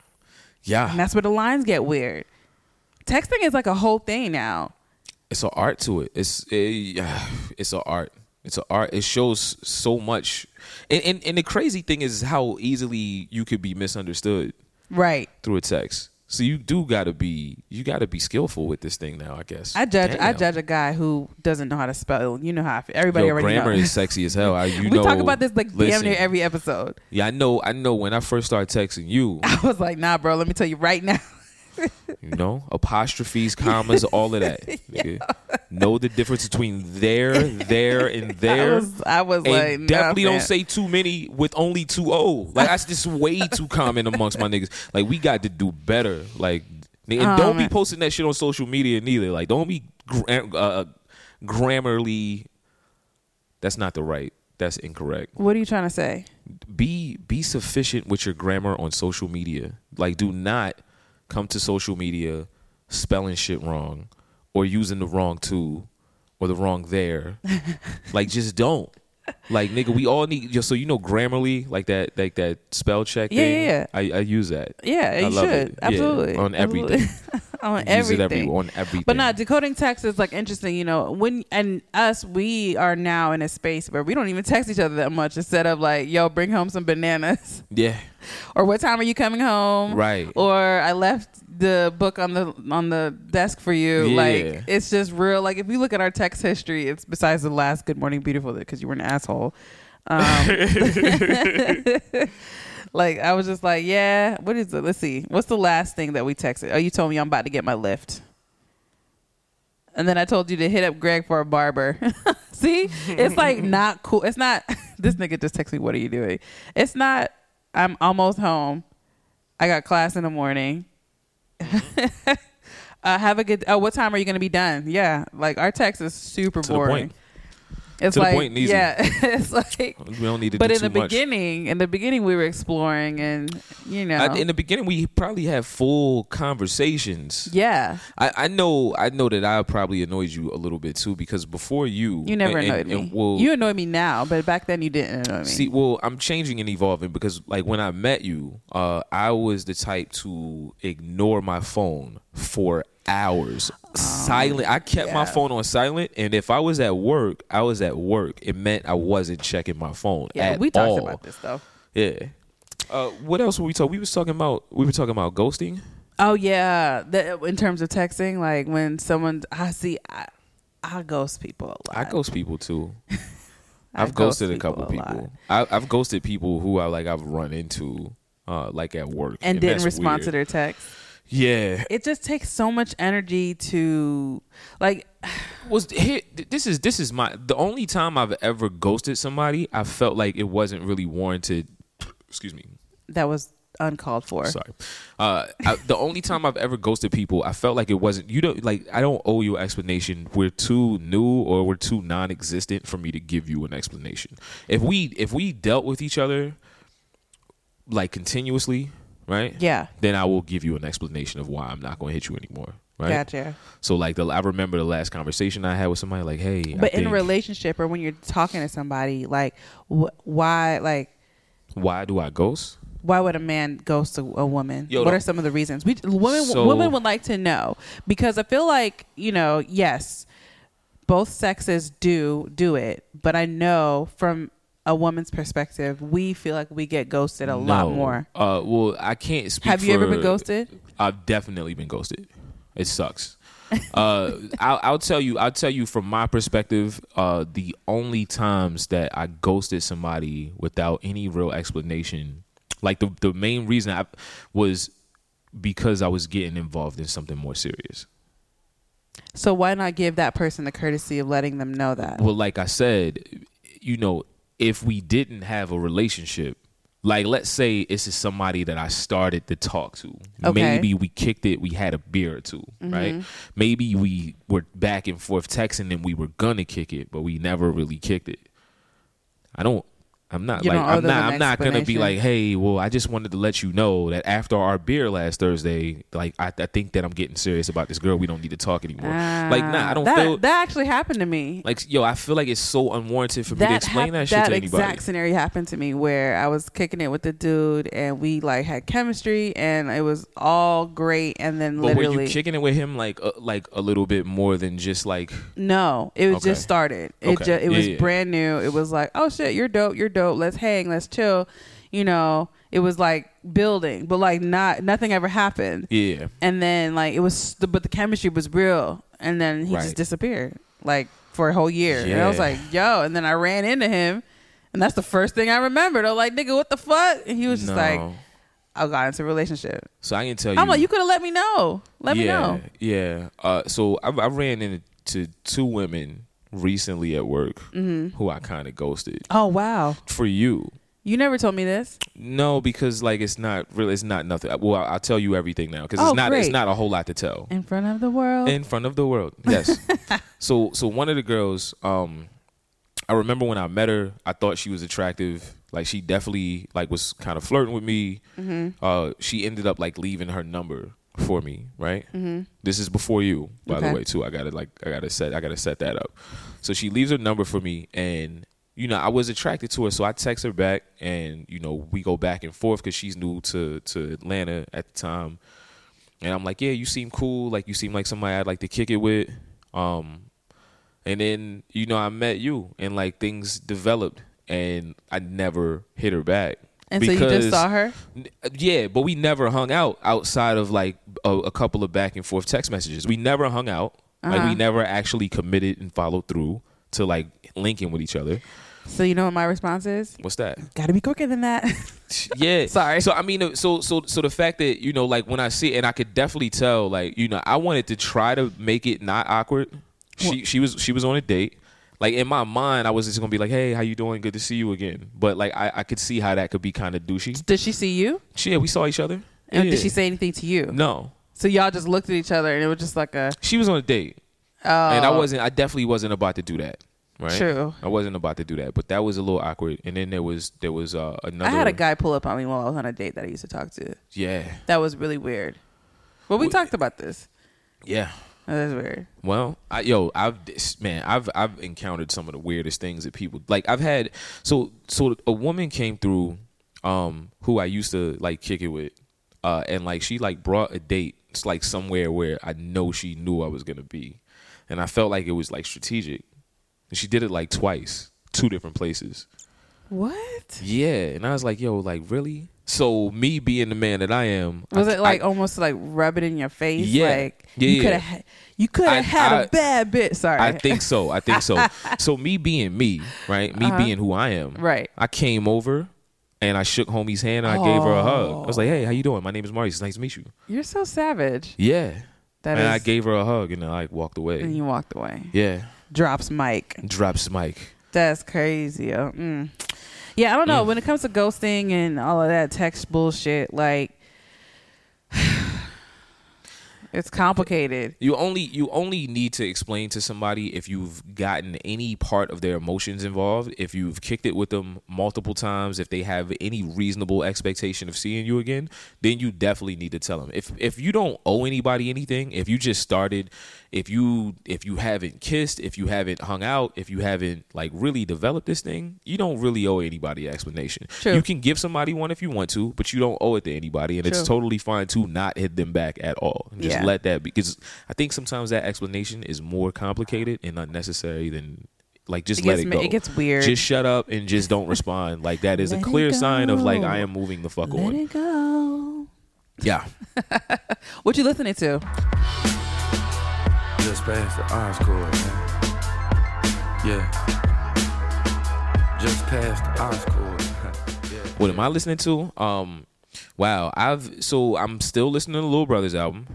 B: yeah,
A: that's where the lines get weird. Texting is like a whole thing now.
B: it's an art to it. It's a, it's an art. It's an art. It shows so much. And, and and the crazy thing is how easily you could be misunderstood.
A: Right.
B: through a text. So you do gotta be you gotta be skillful with this thing now, I guess.
A: I judge. I
B: Damn.
A: judge a guy who doesn't know how to spell. You know how I feel. everybody
B: Yo,
A: already
B: grammar
A: knows.
B: is sexy as hell. I, you
A: we
B: know,
A: talk about this like damn
B: listen,
A: near every episode.
B: Yeah, I know. I know. When I first started texting you,
A: I was like, nah, bro. Let me tell you right now.
B: you know, apostrophes, commas, all of that. Nigga. Know the difference between there, there, and there.
A: was- I was
B: And
A: like, nah,
B: definitely
A: man.
B: don't say too many with only two O. Like that's just way too common amongst my niggas. Like we got to do better. Like and
A: Oh,
B: don't be posting that shit on social media neither. Like don't be gra- uh, grammarly. That's not the right. That's incorrect
A: What are you trying to say?
B: be be sufficient with your grammar on social media. Like, do not come to social media spelling shit wrong or using the wrong to or the wrong there. like, just don't. Like, nigga, we all need. yo, So you know, Grammarly, like that, like that spell check.
A: Yeah,
B: thing,
A: yeah, yeah.
B: I, I use that.
A: Yeah,
B: I
A: you
B: love
A: should
B: it. Yeah,
A: absolutely
B: on everything.
A: Absolutely. on
B: Use it
A: everything.
B: every- on everything.
A: But nah, decoding text is like interesting. You know, when and us, we are now in a space where we don't even text each other that much. Instead of like, yo, bring home some bananas,
B: Yeah,
A: or what time are you coming home?
B: Right.
A: Or I left the book on the on the desk for you.
B: Yeah.
A: Like it's just real. Like if we look at our text history, it's besides the last Good Morning Beautiful because you were an asshole. Um, Like I was just like, yeah. What is it? Let's see. What's the last thing that we texted? Oh, you told me I'm about to get my lift. And then I told you to hit up Greg for a barber. see, it's like not cool. It's not. This nigga just texted me. What are you doing? It's not. I'm almost home. I got class in the morning. uh, have a good. Oh, what time are you going to be done? Yeah, like our text is super
B: To the
A: boring.
B: point.
A: It's
B: To the
A: like
B: point and easy.
A: yeah, it's like
B: we don't need to.
A: but
B: do
A: in the
B: too much.
A: beginning, in the beginning, we were exploring, and you know,
B: I- in the beginning, we probably had full conversations.
A: yeah,
B: I, I know I know that I probably annoyed you a little bit too because before you
A: you never
B: and-
A: annoyed
B: and-
A: me.
B: and, well,
A: you annoy me now, but back then you didn't annoy me.
B: see well I'm changing and evolving because like when I met you uh, I was the type to ignore my phone for hours silent I kept my
A: Oh, yeah.
B: phone on silent and if I was at work I was at work it meant I wasn't checking my phone
A: yeah,
B: at
A: we talked
B: all.
A: about this though.
B: yeah uh, what else were we talking we was talking about we were talking about ghosting
A: Oh yeah, that, in terms of texting, like when someone I see, I, I ghost people a
B: I
A: lot.
B: ghost people too.
A: I
B: I've
A: ghost
B: ghosted a
A: people
B: couple
A: a lot.
B: people. I, I've ghosted people who I like. I've run into, uh, like at work,
A: and didn't
B: that's
A: respond to
B: weird.
A: their text.
B: Yeah.
A: It just takes so much energy to like
B: Was here, this is this is my the only time I've ever ghosted somebody. I felt like it wasn't really warranted. Excuse me.
A: that was uncalled for.
B: Sorry. Uh, I, the only time I've ever ghosted people, I felt like it wasn't. You don't like. I don't owe you an explanation. We're too new or we're too non-existent for me to give you an explanation. If we if we dealt with each other like continuously, right?
A: Yeah.
B: Then I will give you an explanation of why I'm not going to hit you anymore. Right.
A: Gotcha.
B: So like the I remember the last conversation I had with somebody like, hey, I
A: But in a
B: think-
A: relationship or when you're talking to somebody, like wh- why like
B: why do I ghost?
A: why would a man ghost a, a woman?
B: Yo,
A: what
B: the-
A: are some of the reasons? We women
B: So-
A: women would like to know because I feel like you know yes, both sexes do do it, but I know from a woman's perspective, we feel like we get ghosted a lot
B: No.
A: more.
B: Uh, well, I can't speak.
A: Have you ever
B: for-
A: been ghosted?
B: I've definitely been ghosted. It sucks. uh, I'll, I'll tell you. I'll tell you from my perspective. Uh, the only times that I ghosted somebody without any real explanation, like the the main reason I was because I was getting involved in something more serious.
A: So why not give that person the courtesy of letting them know that?
B: Well, like I said, you know, if we didn't have a relationship, like let's say this is somebody that I started to talk to.
A: Okay. Mm-hmm.
B: Maybe we kicked it, we had a beer or 2 right? Maybe we were back and forth texting and we were gonna kick it, but we never really kicked it. I don't I'm not
A: You
B: like
A: don't owe
B: I'm
A: them
B: not
A: an
B: I'm not gonna be
A: explanation.
B: like, hey, well, I just wanted to let you know that after our beer last Thursday, like I, I think that I'm getting serious about this girl. We don't need to talk anymore. like, nah, I don't
A: that,
B: feel
A: that actually happened to me.
B: like yo, I feel like it's so unwarranted for me to explain
A: hap-
B: that shit to anybody.
A: exact scenario happened to me where I was kicking it with the dude and we like had chemistry and it was all great and then
B: but were
A: literally
B: you kicking it with him like uh, like a little bit more than just like
A: no it was
B: Okay.
A: just started it
B: Okay.
A: ju- it was
B: Yeah, yeah.
A: brand new it was like oh shit you're dope you're dope let's hang let's chill you know it was like building but like not nothing ever happened
B: yeah?
A: and then like it was but the chemistry was real and then he
B: Right.
A: just disappeared like for a whole year and i was
B: Yeah.
A: like yo and then i ran into him and that's the first thing i remembered i was like nigga what the fuck and he was just
B: No.
A: like i got into a relationship
B: so I can tell you.
A: i'm like you could have let me know let me
B: yeah,
A: know
B: Yeah. Uh, so I, I ran into two women recently at work
A: Mm-hmm.
B: who I kind of ghosted
A: oh wow
B: for you.
A: you never told me this
B: No, because like it's not really, it's not nothing. Well, I, I'll tell you everything now because
A: Oh,
B: it's not, it's
A: great.
B: not a whole lot to tell.
A: in front of the world
B: in front of the world. Yes. so so one of the girls, um, I remember when I met her, I thought she was attractive. Like she definitely like was kind of flirting with me.
A: Mm-hmm.
B: Uh, she ended up like leaving her number for me. Right. This is before you, by
A: Mm-hmm. Okay.
B: the way. Too. I gotta like I gotta set I gotta set that up. So she leaves her number for me and. You know, I was attracted to her, so I text her back, and you know, we go back and forth because she's new to to Atlanta at the time. And I'm like, yeah, you seem cool. Like you seem like somebody I'd like to kick it with. Um, and then you know I met you, and like things developed, and I never hit her back.
A: and so you just
B: because-
A: saw her
B: N- Yeah, but we never hung out outside of like a, a couple of back and forth text messages. We never hung out.
A: Uh-huh.
B: Like we never actually committed and followed through to like linking with each other.
A: so you know what my response is
B: What's that?
A: gotta be quicker than that
B: yeah.
A: Sorry.
B: So I mean, uh, so so so the fact that you know, like when I see, and I could definitely tell, like you know, I wanted to try to make it not awkward. She she was she was on a date. Like in my mind, I was just gonna be like, "Hey, how you doing? Good to see you again." But like, I, I could see how that could be kind of douchey.
A: did she see you
B: She, yeah, we saw each other.
A: and
B: Yeah.
A: did she say anything to you
B: no?
A: so y'all just looked at each other and it was just like a
B: She was on a date,
A: oh
B: and I wasn't. I definitely wasn't about to do that. Right.
A: True.
B: I wasn't about to do that, but that was a little awkward. And then there was there was uh, another.
A: I had a guy pull up on me while I was on a date that I used to talk to.
B: Yeah.
A: That was really weird. But we talked about this.
B: Yeah.
A: That was weird.
B: Well, I, yo, I've this- man, I've I've encountered some of the weirdest things that people like. I've had so so a woman came through, um, who I used to like kick it with, uh, and like she like brought a date, it's like somewhere where I know she knew I was gonna be, and I felt like it was like strategic. And she did it like twice, two different places.
A: What?
B: Yeah, and I was like, yo, like really? So me being the man that I am, I-
A: Was it like
B: I-
A: almost like rub it in your face?
B: Yeah.
A: Like
B: Yeah,
A: you
B: yeah.
A: could have you could
B: I-
A: have had a
B: I-
A: bad bit. Sorry.
B: I think so. I think so. so me being me, right? Me being who I am.
A: Uh-huh. Right.
B: I came over. and I shook homie's hand and I gave her a hug. I was like, "Hey, how you doing? My name is Maurice. It's nice to meet you."
A: You're so savage.
B: Yeah.
A: That
B: and I
A: is- Mm.
B: gave her a hug and I like, walked away.
A: And you walked away.
B: yeah.
A: Drops mic.
B: Drops mic.
A: That's crazy. Oh, mm. Yeah, I don't
B: Mm.
A: know. When it comes to ghosting and all of that text bullshit, like it's complicated.
B: You only you only need to explain to somebody if you've gotten any part of their emotions involved, if you've kicked it with them multiple times, if they have any reasonable expectation of seeing you again, then you definitely need to tell them. If if you don't owe anybody anything, if you just started, if you if you haven't kissed, if you haven't hung out, if you haven't like really developed this thing, you don't really owe anybody an explanation.
A: True.
B: You can give somebody one if you want to, but you don't owe it to anybody and it's
A: True.
B: totally fine to not hit them back at all. Just
A: Yeah.
B: let that because I think sometimes that explanation is more complicated and unnecessary than like just
A: It
B: let
A: gets
B: it
A: ma-
B: go.
A: it gets weird.
B: Just shut up and just don't respond. Like that is a
A: Let it
B: clear sign of like
A: go.
B: I am moving the fuck
A: Let
B: on.
A: it go.
B: Yeah.
A: What you listening to?
F: Just past the art score, man. Yeah. Just past the art score. yeah.
B: What am I listening to? Um wow, I've so I'm still listening to Lil Brothers album.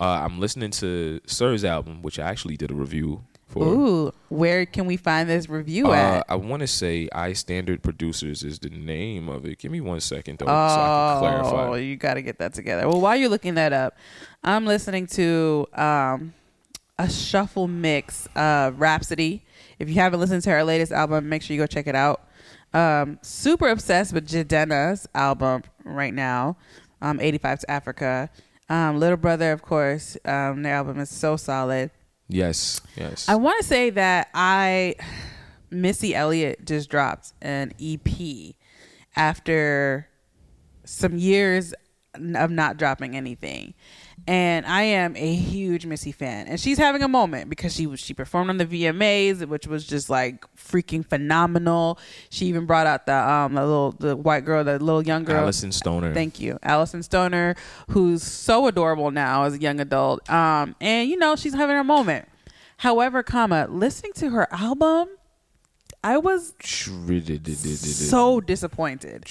B: Uh I'm listening to Sir's album, which I actually did a review for.
A: Ooh, where can we find this review
B: Uh,
A: at?
B: I want to say I Standard Producers is the name of it. Give me one second though, so I
A: Oh,
B: can clarify.
A: you got to get that together. Well, while you're looking that up, I'm listening to um, a shuffle mix, uh, Rhapsody. If you haven't listened to her latest album, make sure you go check it out. Um, super obsessed with Jadena's album right now, um, 85 to Africa. Um, Little Brother, of course, um, their album is so solid.
B: Yes, yes.
A: I want to say that I Missy Elliott just dropped an EP after some years of not dropping anything. And I am a huge Missy fan, and she's having a moment because she was she performed on the VMAs, which was just like freaking phenomenal. She even brought out the um the little the white girl, the little young girl,
B: Allison Stoner.
A: Thank you, Allison Stoner, who's so adorable now as a young adult. Um, and you know she's having her moment. However, comma listening to her album, I was so disappointed.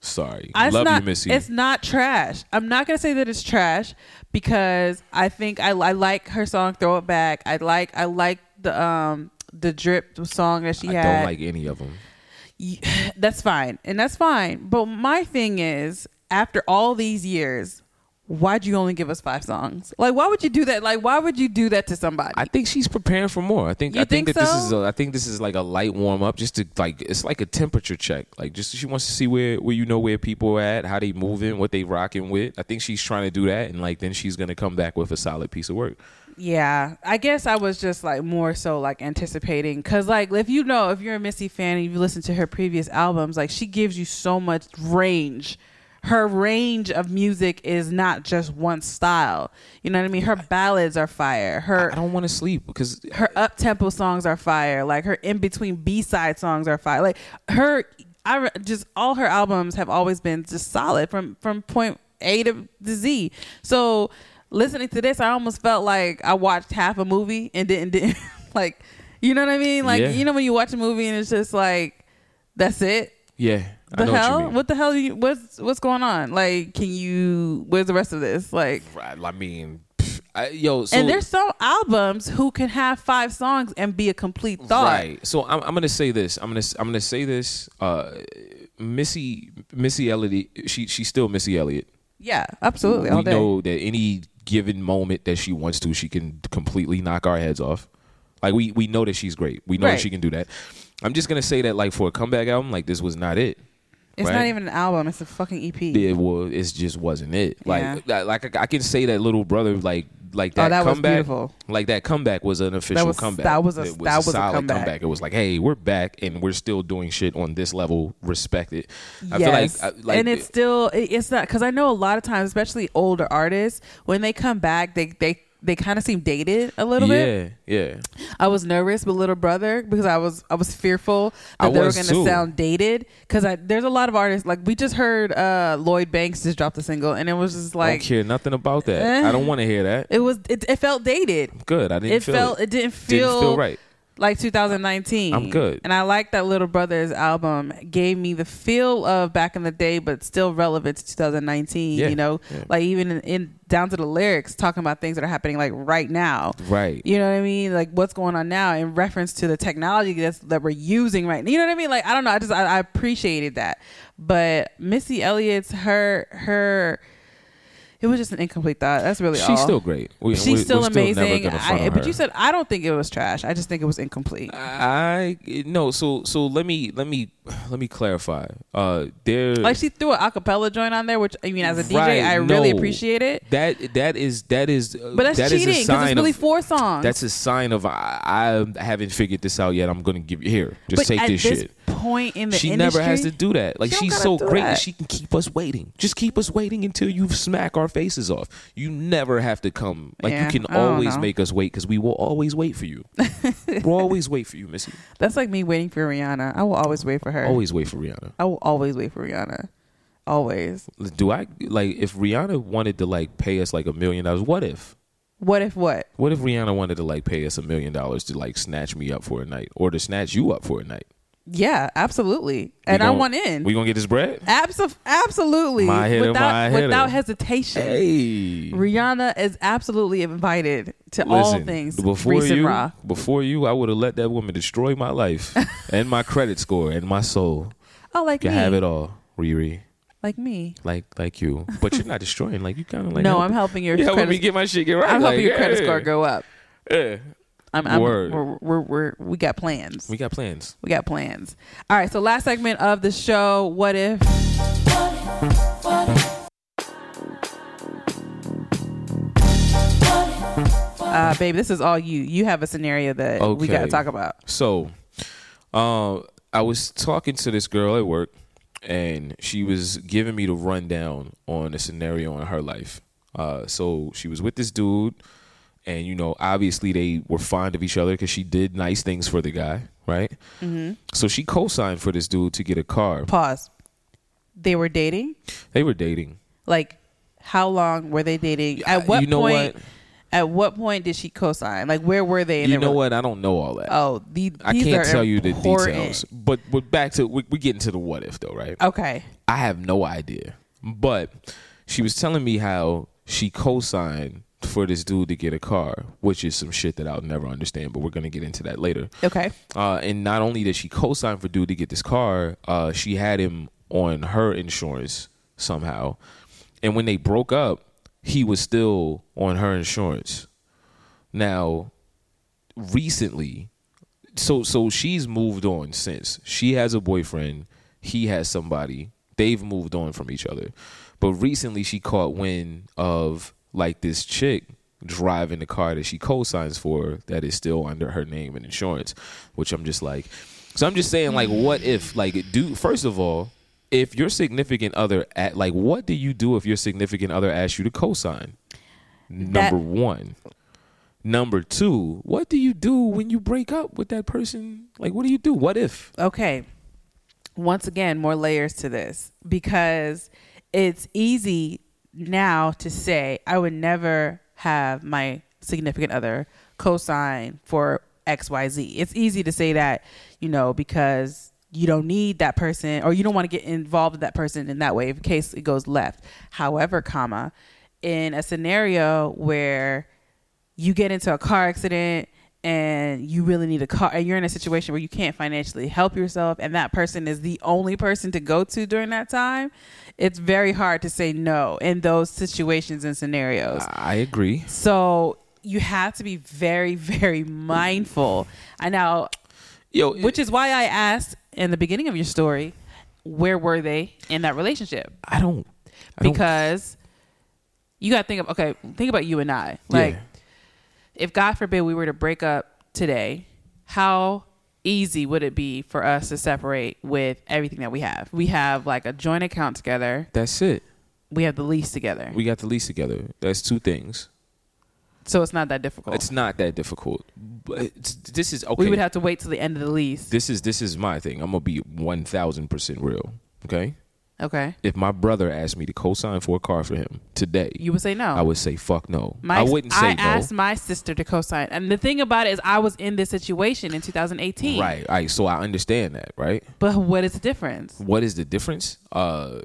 B: Sorry.
A: I- it's
B: Love
A: not,
B: you, Missy.
A: It's not trash. I'm not gonna say that it's trash because I think I, I like her song "Throw It Back." I like I like the um the drip song that she
B: I
A: had.
B: don't like any of them.
A: y- that's fine and that's fine but my thing is after all these years why'd you only give us five songs like why would you do that like why would you do that to somebody
B: I think she's preparing for more. I think
A: You
B: I think,
A: think
B: that this
A: so?
B: is a, I think this is like a light warm up, just to like it's like a temperature check. Like just she wants to see where where you know where people are at, how they moving, what they rocking with. I think she's trying to do that, and like then she's gonna come back with a solid piece of work.
A: yeah i guess i was just like more so like anticipating because like if you know if you're a missy fan and you've listened to her previous albums like she gives you so much range her range of music is not just one style you know what i mean her ballads are fire her
B: I don't want to sleep because
A: her up tempo songs are fire. Like her in between B side songs are fire. Like her, I re- just all her albums have always been just solid from from point A to, to Z. So listening to this, I almost felt like I watched half a movie and didn't didn't like, you know what I mean? Like
B: Yeah.
A: you know when you watch a movie and it's just like, that's it.
B: yeah, I
A: The
B: know
A: hell?
B: what you
A: What,
B: mean.
A: the hell? You, what's what's going on? Like, can you? Where's the rest of this? Like,
B: I mean, pff, I, yo, so
A: and there's some albums who can have five songs and be a complete thought.
B: Right. So I'm, I'm gonna say this. I'm gonna s- I'm gonna say this. Uh, Missy Missy Elliott. She she's still Missy Elliott.
A: Yeah, absolutely. All
B: we
A: day.
B: know that any given moment that she wants to, she can completely knock our heads off. Like we we know that she's great. We know
A: Right.
B: that she can do that. I'm just gonna say that like for a comeback album, like this was not it.
A: it's
B: right?
A: not even an album. It's a fucking E EP.
B: It was. It just wasn't it. Like I- like I can say that little brother like. Like
A: Oh,
B: that,
A: that was
B: comeback,
A: beautiful.
B: like that comeback was an official
A: was-
B: comeback.
A: that was a-
B: It
A: that was a
B: solid
A: comeback.
B: It was like, hey, we're back and we're still doing shit on this level. Respect it. I
A: yes.
B: feel like, I, like
A: and it's still it- it's not because I know a lot of times, especially older artists, when they come back, they they they kind of seem dated a little bit.
B: yeah, yeah.
A: I was nervous with Little Brother because I was I was fearful that
B: I
A: they were
B: was
A: going to
B: too.
A: sound dated because there's a lot of artists like we just heard uh, Lloyd Banks just dropped a single and it was just
B: I don't
A: like
B: care nothing about that.
A: eh.
B: I don't want to hear that.
A: it was it, it felt dated.
B: Good. I didn't
A: It
B: feel
A: felt
B: it.
A: it didn't
B: Didn't
A: feel
B: feel right.
A: like 2019.
B: I'm good.
A: And I like that Little Brothers album gave me the feel of back in the day, but still relevant to 2019.
B: Yeah,
A: You know,
B: yeah.
A: like even in, in down to the lyrics, talking about things that are happening like right now.
B: Right.
A: You know what I mean? Like what's going on now in reference to the technology that's, that we're using right now. You know what I mean? Like I don't know. I just I, I appreciated that. But Missy Elliott's her her. It was just an incomplete thought. That's really all.
B: She's still great. We-
A: She's
B: we-
A: still
B: we're never
A: amazing.
B: gonna front
A: I,
B: on
A: but
B: her. Uh,
A: you said I don't think it was trash. I just think it was incomplete.
B: I no. So so let me let me let me clarify. Uh, there.
A: Like she threw an acapella joint on there, which I mean, as a DJ,
B: Right,
A: I really
B: no.
A: appreciate it.
B: That that is that is.
A: But that's cheating
B: a
A: because
B: sign
A: it's really
B: of,
A: four songs.
B: That's a sign of I, I haven't figured this out yet. I'm gonna give you here. Just
A: but
B: take
A: at
B: this,
A: this
B: shit.
A: point in the
B: she
A: industry,
B: never has to do that. Like
A: she don't
B: she's
A: gotta
B: so
A: do
B: great,
A: that.
B: she can keep us waiting. Just keep us waiting until you smack our faces off. You never have to come. Like
A: Yeah,
B: you can
A: I don't
B: always
A: know.
B: make us wait because we will always wait for you. we'll always wait for you, Missy.
A: That's like me waiting for Rihanna. I will always wait for her.
B: Always wait for Rihanna.
A: I will always wait for Rihanna. Always.
B: Do I like if Rihanna wanted to like pay us like a million dollars? What if?
A: What if what?
B: What if Rihanna wanted to like pay us a million dollars to like snatch me up for a night or to snatch you up for a night?
A: Yeah, absolutely.
B: We
A: And I
B: gon-
A: want in.
B: We gonna get this bread?
A: Abso- absolutely.
B: My hitter,
A: without
B: my hitter.
A: without hesitation.
B: Hey.
A: Rihanna is absolutely invited to all
B: Listen,
A: things.
B: Before
A: Reese and
B: you,
A: Ra.
B: before you, I would have let that woman destroy my life and my credit score and my soul.
A: Oh, like
B: You
A: me.
B: can have it all, Riri.
A: Like me.
B: Like like you, but you're not destroying. Like you kind of like
A: no, I'm helping your
B: You helping
A: credit.
B: me get my shit get right.
A: I'm
B: like,
A: helping your credit
B: yeah,
A: score go up.
B: Yeah.
A: I'm, I'm
B: Word.
A: We're, we're, we're, we got plans.
B: We got plans.
A: We got plans. All right. So last segment of the show. What if? Uh, babe, this is all you. You have a scenario that we got to
B: Okay.
A: talk about.
B: So, uh, I was talking to this girl at work, and she was giving me the rundown on a scenario in her life. Uh, so she was with this dude, and you know, obviously they were fond of each other because she did nice things for the guy, right?
A: Mm-hmm.
B: So she co-signed for this dude to get a car.
A: Pause. They were dating.
B: They were dating.
A: Like, how long were they dating? At
B: I-
A: what
B: you know
A: point?
B: what?
A: At what point did she co-sign? Like, where were they? in
B: You
A: their
B: know
A: rela-
B: what? I don't know all that.
A: Oh, the, these
B: I can't
A: are
B: tell you the
A: important.
B: details. But we're back to we, we're getting to the what if though, right?
A: Okay.
B: I have no idea. But she was telling me how she co-signed for this dude to get a car, which is some shit that I'll never understand. But we're gonna get into that later.
A: Okay.
B: Uh, and not only did she co-sign for dude to get this car, uh, she had him on her insurance somehow. And when they broke up, he was still on her insurance. Now, recently, so so she's moved on since she has a boyfriend he has somebody they've moved on from each other but recently she caught wind of like this chick driving the car that she co-signs for that is still under her name and insurance which i'm just like so i'm just saying like what if like do first of all if your significant other at like what do you do if your significant other asks you to co-sign
A: That-
B: number one Number two, what do you do when you break up with that person? Like, what do you do? What if?
A: okay once again more layers to this because it's easy now to say i would never have my significant other co-sign for xyz it's easy to say that you know because you don't need that person or you don't want to get involved with that person in that way in case it goes left however comma in a scenario where you get into a car accident and you really need a car and you're in a situation where you can't financially help yourself and that person is the only person to go to during that time it's very hard to say no in those situations and scenarios
B: I agree.
A: so you have to be very very mindful i know
B: Yo,
A: which is why i asked in the beginning of your story where were they in that relationship
B: I don't. I don't-
A: because you got to think of okay, think about you and I. Like,
B: Yeah.
A: if God forbid we were to break up today, how easy would it be for us to separate with everything that we have? We have like a joint account together.
B: that's it.
A: We have the lease together,
B: We got the lease together. That's two things.
A: so it's not that difficult.
B: It's not that difficult. But it's, this is okay.
A: We would have to wait till the end of the lease.
B: this is this is my thing. I'm gonna be one thousand percent real. Okay,
A: Okay.
B: If my brother asked me to co-sign for a car for him today,
A: You would say no.
B: I would say fuck no.
A: My,
B: I wouldn't say
A: I
B: no.
A: asked my sister to co-sign, and the thing about it is, I was in this situation in 2018.
B: Right, right. So I understand that, right?
A: But what is the difference?
B: What is the difference? Uh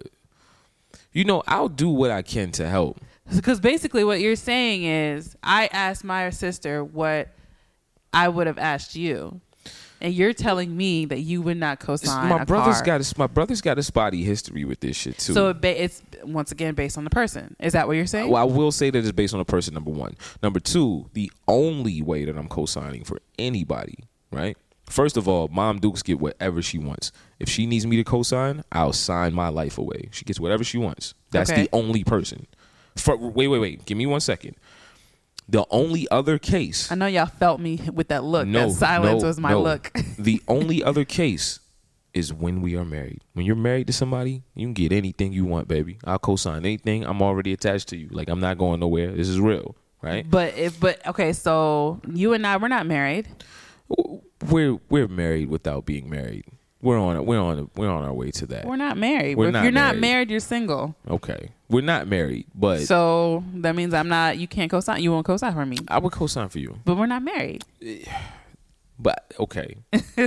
B: you know, I'll do what I can to help.
A: Because basically, what you're saying is, I asked my sister what I would have asked you, and you're telling me that you would not
B: It's-
A: co-sign.
B: my
A: a
B: brother's
A: car.
B: got a, my brother's got a spotty history with this shit too.
A: So it ba- it's once again based on the person. Is that what you're saying?
B: well, I will say that it's based on a person. Number one, number two, the only way that I'm co-signing for anybody, right? First of all, Mom Dukes get whatever she wants. If she needs me to co-sign, I'll sign my life away. She gets whatever she wants. That's
A: Okay.
B: the only person. For, wait, wait, wait. Give me one second. The only other case
A: I know y'all felt me with that look.
B: no,
A: that silence
B: no,
A: was my
B: no.
A: look.
B: the only other case is when we are married. When you're married to somebody, you can get anything you want, baby. I'll co-sign anything. I'm already attached to you. Like I'm not going nowhere. This is real, right?
A: but if but okay, so you and I we're not married. Mm-hmm.
B: We're we're married without being married. We're on we're on we're on our way to that.
A: We're not married.
B: We're
A: if
B: not
A: you're not
B: married.
A: married, you're single.
B: okay, we're not married, but
A: So that means I'm not. You can't co-sign. You won't co-sign for me.
B: I would co-sign for you.
A: But we're not married.
B: But okay,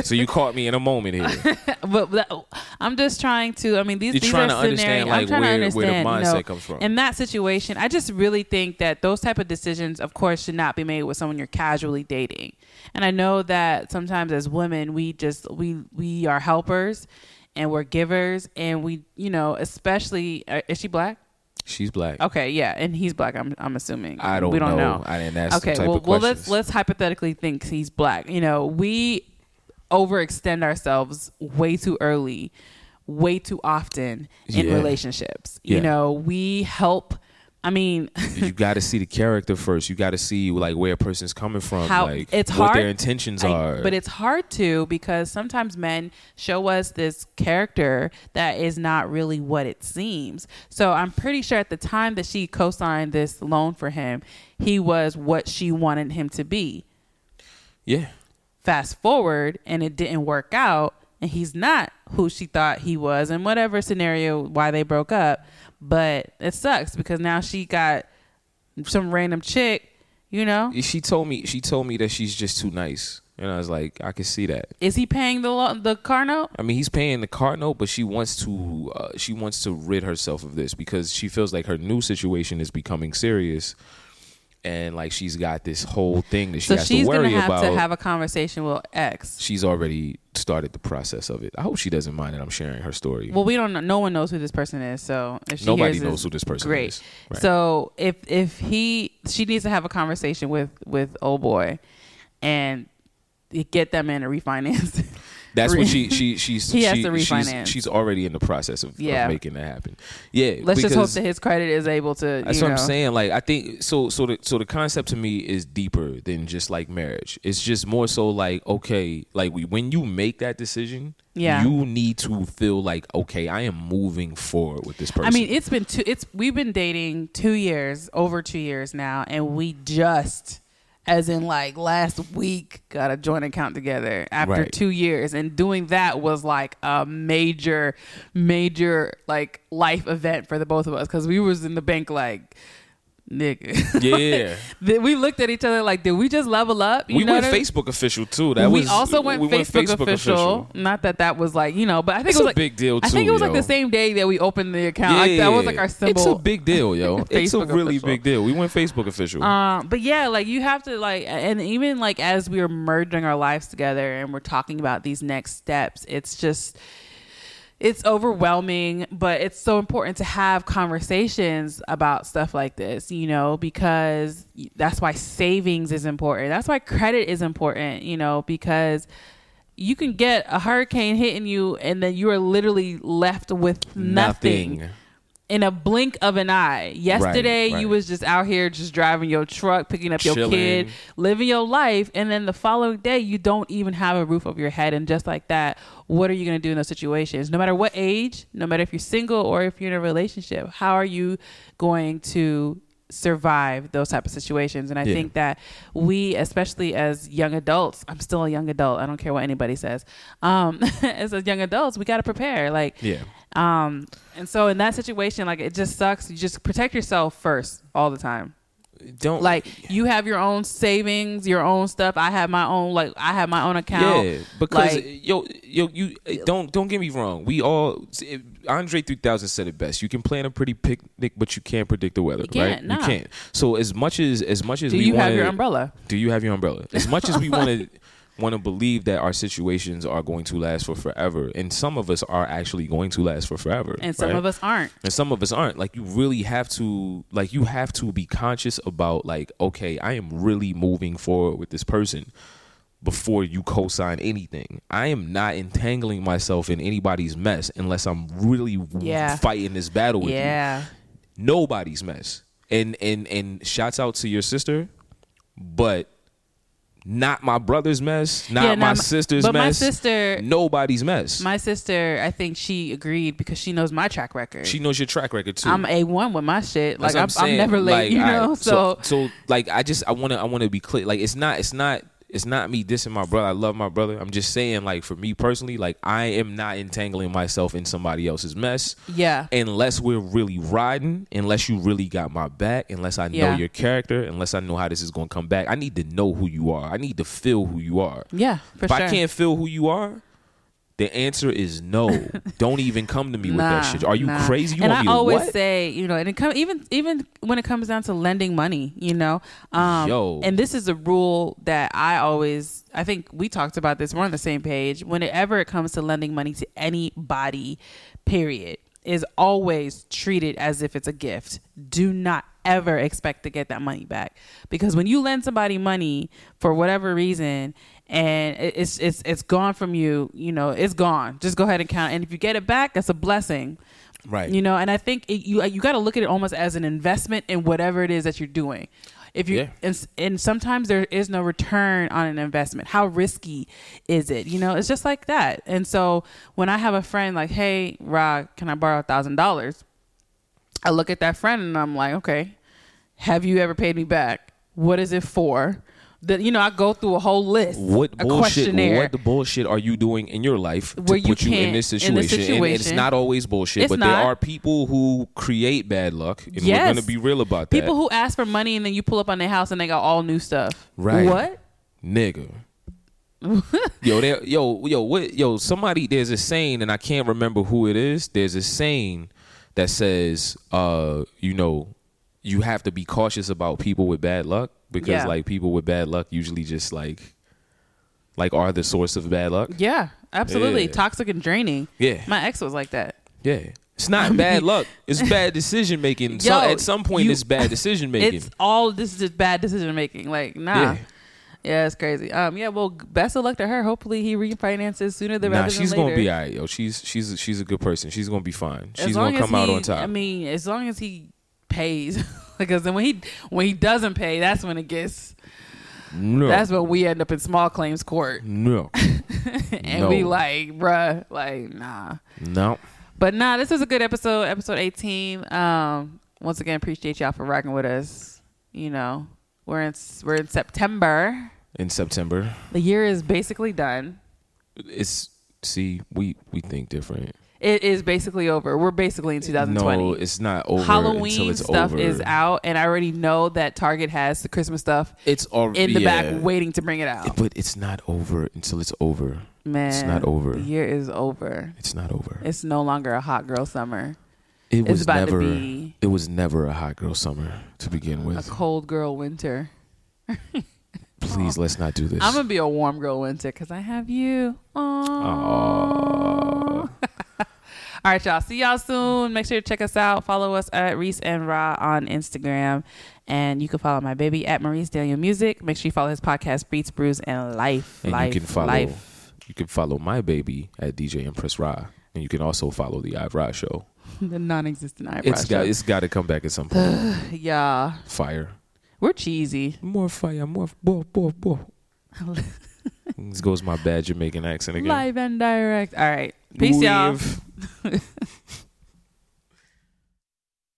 B: so you caught me in a moment here.
A: But that- I'm just trying to. I mean, these
B: You're
A: these
B: trying
A: are
B: to understand,
A: scenarios.
B: like,
A: I'm trying
B: where-
A: to
B: where the
A: understand,
B: mindset
A: no.
B: comes from.
A: In that situation, I just really think that those type of decisions, of course, should not be made with someone you're casually dating. And I know that sometimes as women, we just we we are helpers and we're givers, and we you know especially uh, is she black?
B: She's black.
A: Okay, yeah, and he's black. I'm I'm assuming.
B: I don't
A: we don't
B: know.
A: know.
B: I didn't ask
A: Okay,
B: them type
A: well,
B: of
A: well, let's
B: questions.
A: let's hypothetically think he's black. You know, we overextend ourselves way too early, way too often in
B: Yeah.
A: relationships.
B: Yeah.
A: You know, we help. I mean,
B: you got to see the character first. You got to see like where a person's coming from,
A: how
B: like
A: it's
B: what
A: hard
B: their intentions
A: I-
B: are.
A: but it's hard to because sometimes men show us this character that is not really what it seems so i'm pretty sure at the time that she co-signed this loan for him he was what she wanted him to be
B: yeah,
A: fast forward and it didn't work out and he's not who she thought he was and whatever scenario why they broke up but it sucks because now she got some random chick you know
B: she told me she told me that she's just too nice, and I was like, I can see that.
A: is he paying the lo- the car note
B: I mean, he's paying the car note, but she wants to uh, she wants to rid herself of this because she feels like her new situation is becoming serious, and like she's got this whole thing that she
A: So
B: has
A: she's
B: to
A: gonna
B: worry
A: have
B: about.
A: to have a conversation with X.
B: she's already started the process of it. I hope she doesn't mind that I'm sharing her story.
A: Well, we don't know. No one knows who this person is. So if she
B: Nobody
A: hears
B: knows
A: this,
B: who this person
A: great.
B: is. Right.
A: So if if he she needs to have a conversation with with old boy, and get that man to refinance.
B: That's
A: Re-
B: what she she she's
A: He has
B: she-
A: to refinance.
B: She's, she's already in the process of, of
A: Yeah.
B: making that happen. Yeah,
A: Let's just hope
B: because
A: that his credit is able to.
B: That's
A: you
B: what
A: know,
B: I'm saying. Like I think so. So the so the concept to me is deeper than just like marriage. It's just more so like okay, like we, when you make that decision,
A: Yeah.
B: you need to feel like okay, I am moving forward with this person.
A: I mean, it's been two. It's we've been dating two years, over two years now, and we just, as in like last week, got a joint account together after
B: Right.
A: two years, and doing that was like a major, major like life event for the both of us because we was in the bank like. Nigga,
B: yeah,
A: Then we looked at each other like, did we just level up? You
B: we
A: know
B: went
A: what I-
B: Facebook official too. That
A: we
B: was
A: also went,
B: we
A: Facebook, official. Not that that was like you know, but I think
B: It's
A: it was
B: a
A: like,
B: big deal,
A: I think
B: too,
A: it was like
B: yo.
A: the same day that we opened the account. Like, that was like our symbol.
B: It's a big deal, yo. it's a
A: Facebook
B: really
A: official.
B: big deal. We went Facebook official.
A: Um, but yeah, like you have to like, and even like as we are merging our lives together and we're talking about these next steps, it's just it's overwhelming, but it's so important to have conversations about stuff like this, you know, because that's why savings is important. That's why credit is important, you know, because you can get a hurricane hitting you and then you are literally left with nothing in a blink of an eye. Yesterday,
B: Right, right.
A: you was just out here just driving your truck, picking up your
B: Chilling.
A: kid, living your life, and then the following day, you don't even have a roof over your head. And just like that, what are you going to do in those situations? No matter what age, no matter if you're single or if you're in a relationship, how are you going to survive those type of situations. And I
B: Yeah.
A: think that we, especially as young adults, I'm still a young adult. I don't care what anybody says. Um, as a young adults, we got to prepare. Like,
B: Yeah.
A: Um, and so in that situation, like it just sucks. You just protect yourself first all the time.
B: Don't
A: Like you have your own savings, your own stuff. I have my own. Like I have my own account.
B: Yeah, because
A: Like,
B: yo, yo, you eh, don't don't get me wrong. We all eh, Andre three thousand said it best. You can plan a pretty picnic, but you can't predict the weather,
A: You can't,
B: right?
A: nah.
B: You can't. So as much as as much as
A: do
B: we
A: you have
B: wanna-
A: your umbrella?
B: Do you have your umbrella? As much as we want to want to believe that our situations are going to last for forever, and some of us are actually going to last for forever,
A: And some
B: right?
A: of us aren't.
B: and some of us aren't like you really have to like you have to be conscious about like okay i am really moving forward with this person before you co-sign anything i am not entangling myself in anybody's mess unless i'm really w-
A: Yeah.
B: fighting this battle with
A: Yeah.
B: you nobody's mess and and and shouts out to your sister but not my brother's mess not
A: Yeah,
B: my
A: nah, my-
B: sister's
A: but my
B: mess
A: sister-
B: nobody's mess
A: My sister, I think she agreed because she knows my track record.
B: she knows your track record too
A: I'm a one with my shit. Like I'm,
B: That's what
A: I'm, never late,
B: Like,
A: you know.
B: all right,
A: so,
B: so like I just I wanna I wanna be clear. Like it's not it's not it's not me dissing my brother. I love my brother. I'm just saying like for me personally, like I am not entangling myself in somebody else's mess.
A: Yeah.
B: Unless we're really riding, unless you really got my back, unless I know
A: Yeah.
B: your character, unless I know how this is gonna come back. I need to know who you are. I need to feel who you are.
A: yeah, for
B: if
A: sure.
B: I can't feel who you are, the answer is no. Don't even come to me with that
A: Nah,
B: shit. Are you
A: nah.
B: crazy? You
A: and
B: want
A: I
B: me to
A: always
B: what?
A: say, you know, and it come even even when it comes down to lending money, you know, um,
B: Yo.
A: and this is a rule that I always, I think we talked about this. We're on the same page. Whenever it comes to lending money to anybody, period, is always treated as if it's a gift. Do not ever expect to get that money back because when you lend somebody money for whatever reason and it- it's it's it's gone from you you know it's gone just go ahead and count and if you get it back that's a blessing
B: Right.
A: you know and i think it, you you got to look at it almost as an investment in whatever it is that you're doing if you
B: Yeah.
A: and, s- and sometimes there is no return on an investment how risky is it you know it's just like that and so when i have a friend like hey rod can i borrow a thousand dollars I look at that friend and I'm like, okay, have you ever paid me back? What is it for? That you know, I go through a whole list,
B: what
A: a
B: bullshit
A: questionnaire.
B: what the bullshit are you doing in your life to
A: Where you
B: put you in
A: can't-
B: this
A: in this
B: situation, And it's
A: situation.
B: not always bullshit
A: It's
B: but
A: not.
B: there are people who create bad luck and
A: Yes.
B: we're gonna be real about that
A: People who ask for money and then you pull up on their house and they got all new stuff.
B: Right.
A: What?
B: nigga yo there yo yo what yo somebody there's a saying and i can't remember who it is there's a saying that says uh you know you have to be cautious about people with bad luck because
A: Yeah.
B: like people with bad luck usually just like like are the source of bad luck
A: Yeah, absolutely.
B: Yeah.
A: Toxic and draining.
B: Yeah.
A: My ex was like that.
B: Yeah. It's not bad luck. It's bad decision making. So
A: Yo,
B: at some point
A: you-
B: it's bad decision making.
A: It's all this is just bad decision making. Like, nah.
B: Yeah.
A: Yeah. it's crazy. Um, yeah. Well, g- best of luck to her. Hopefully, he refinances sooner than
B: Nah,
A: rather
B: she's
A: than later.
B: gonna be all right, yo. She's she's she's a good person. She's gonna be fine.
A: As
B: She's
A: long as
B: gonna come out
A: he-
B: on top.
A: I mean, as long as he pays, because then when he when he doesn't pay, that's when it gets.
B: no,
A: That's when we end up in small claims court,
B: no,
A: and
B: No.
A: we like, bruh, like nah.
B: no.
A: But nah, this was a good episode, episode eighteen. Um, once again, appreciate y'all for rocking with us. You know, we're in we're in September.
B: In September,
A: The year is basically done.
B: it's see we we think different.
A: It is basically over. We're basically in 2020.
B: No, it's not over until
A: Halloween
B: it's
A: stuff
B: over.
A: is out, and I already know that Target has the Christmas stuff
B: It's already
A: in the
B: yeah.
A: back waiting to bring it out.
B: But it's not over until it's over.
A: Man,
B: it's not over.
A: The year is over.
B: It's not over.
A: It's no longer a hot girl summer.
B: it was
A: about to
B: never.
A: be-
B: It was never a hot girl summer to begin
A: A
B: with.
A: cold girl winter.
B: Please let's not do this.
A: I'm gonna be a warm girl winter because I have you. Aww. All right, y'all. See y'all soon. Make sure to check us out. Follow us at Reese and Ra on Instagram. And you can follow my baby at Maurice Daniel Music. Make sure you follow his podcast, Beats, Brews, and Life.
B: and
A: life,
B: you can follow
A: life.
B: you can follow my baby at DJ Empress Ra, and you can also follow the Ive Ra show.
A: the non existent eyebrow.
B: It's got it's got to come back at some point.
A: yeah.
B: fire,
A: We're cheesy.
B: more fire, more bo bo bo. this goes my bad Jamaican accent again.
A: Live and direct. All right. Peace, y'all.
B: Wave.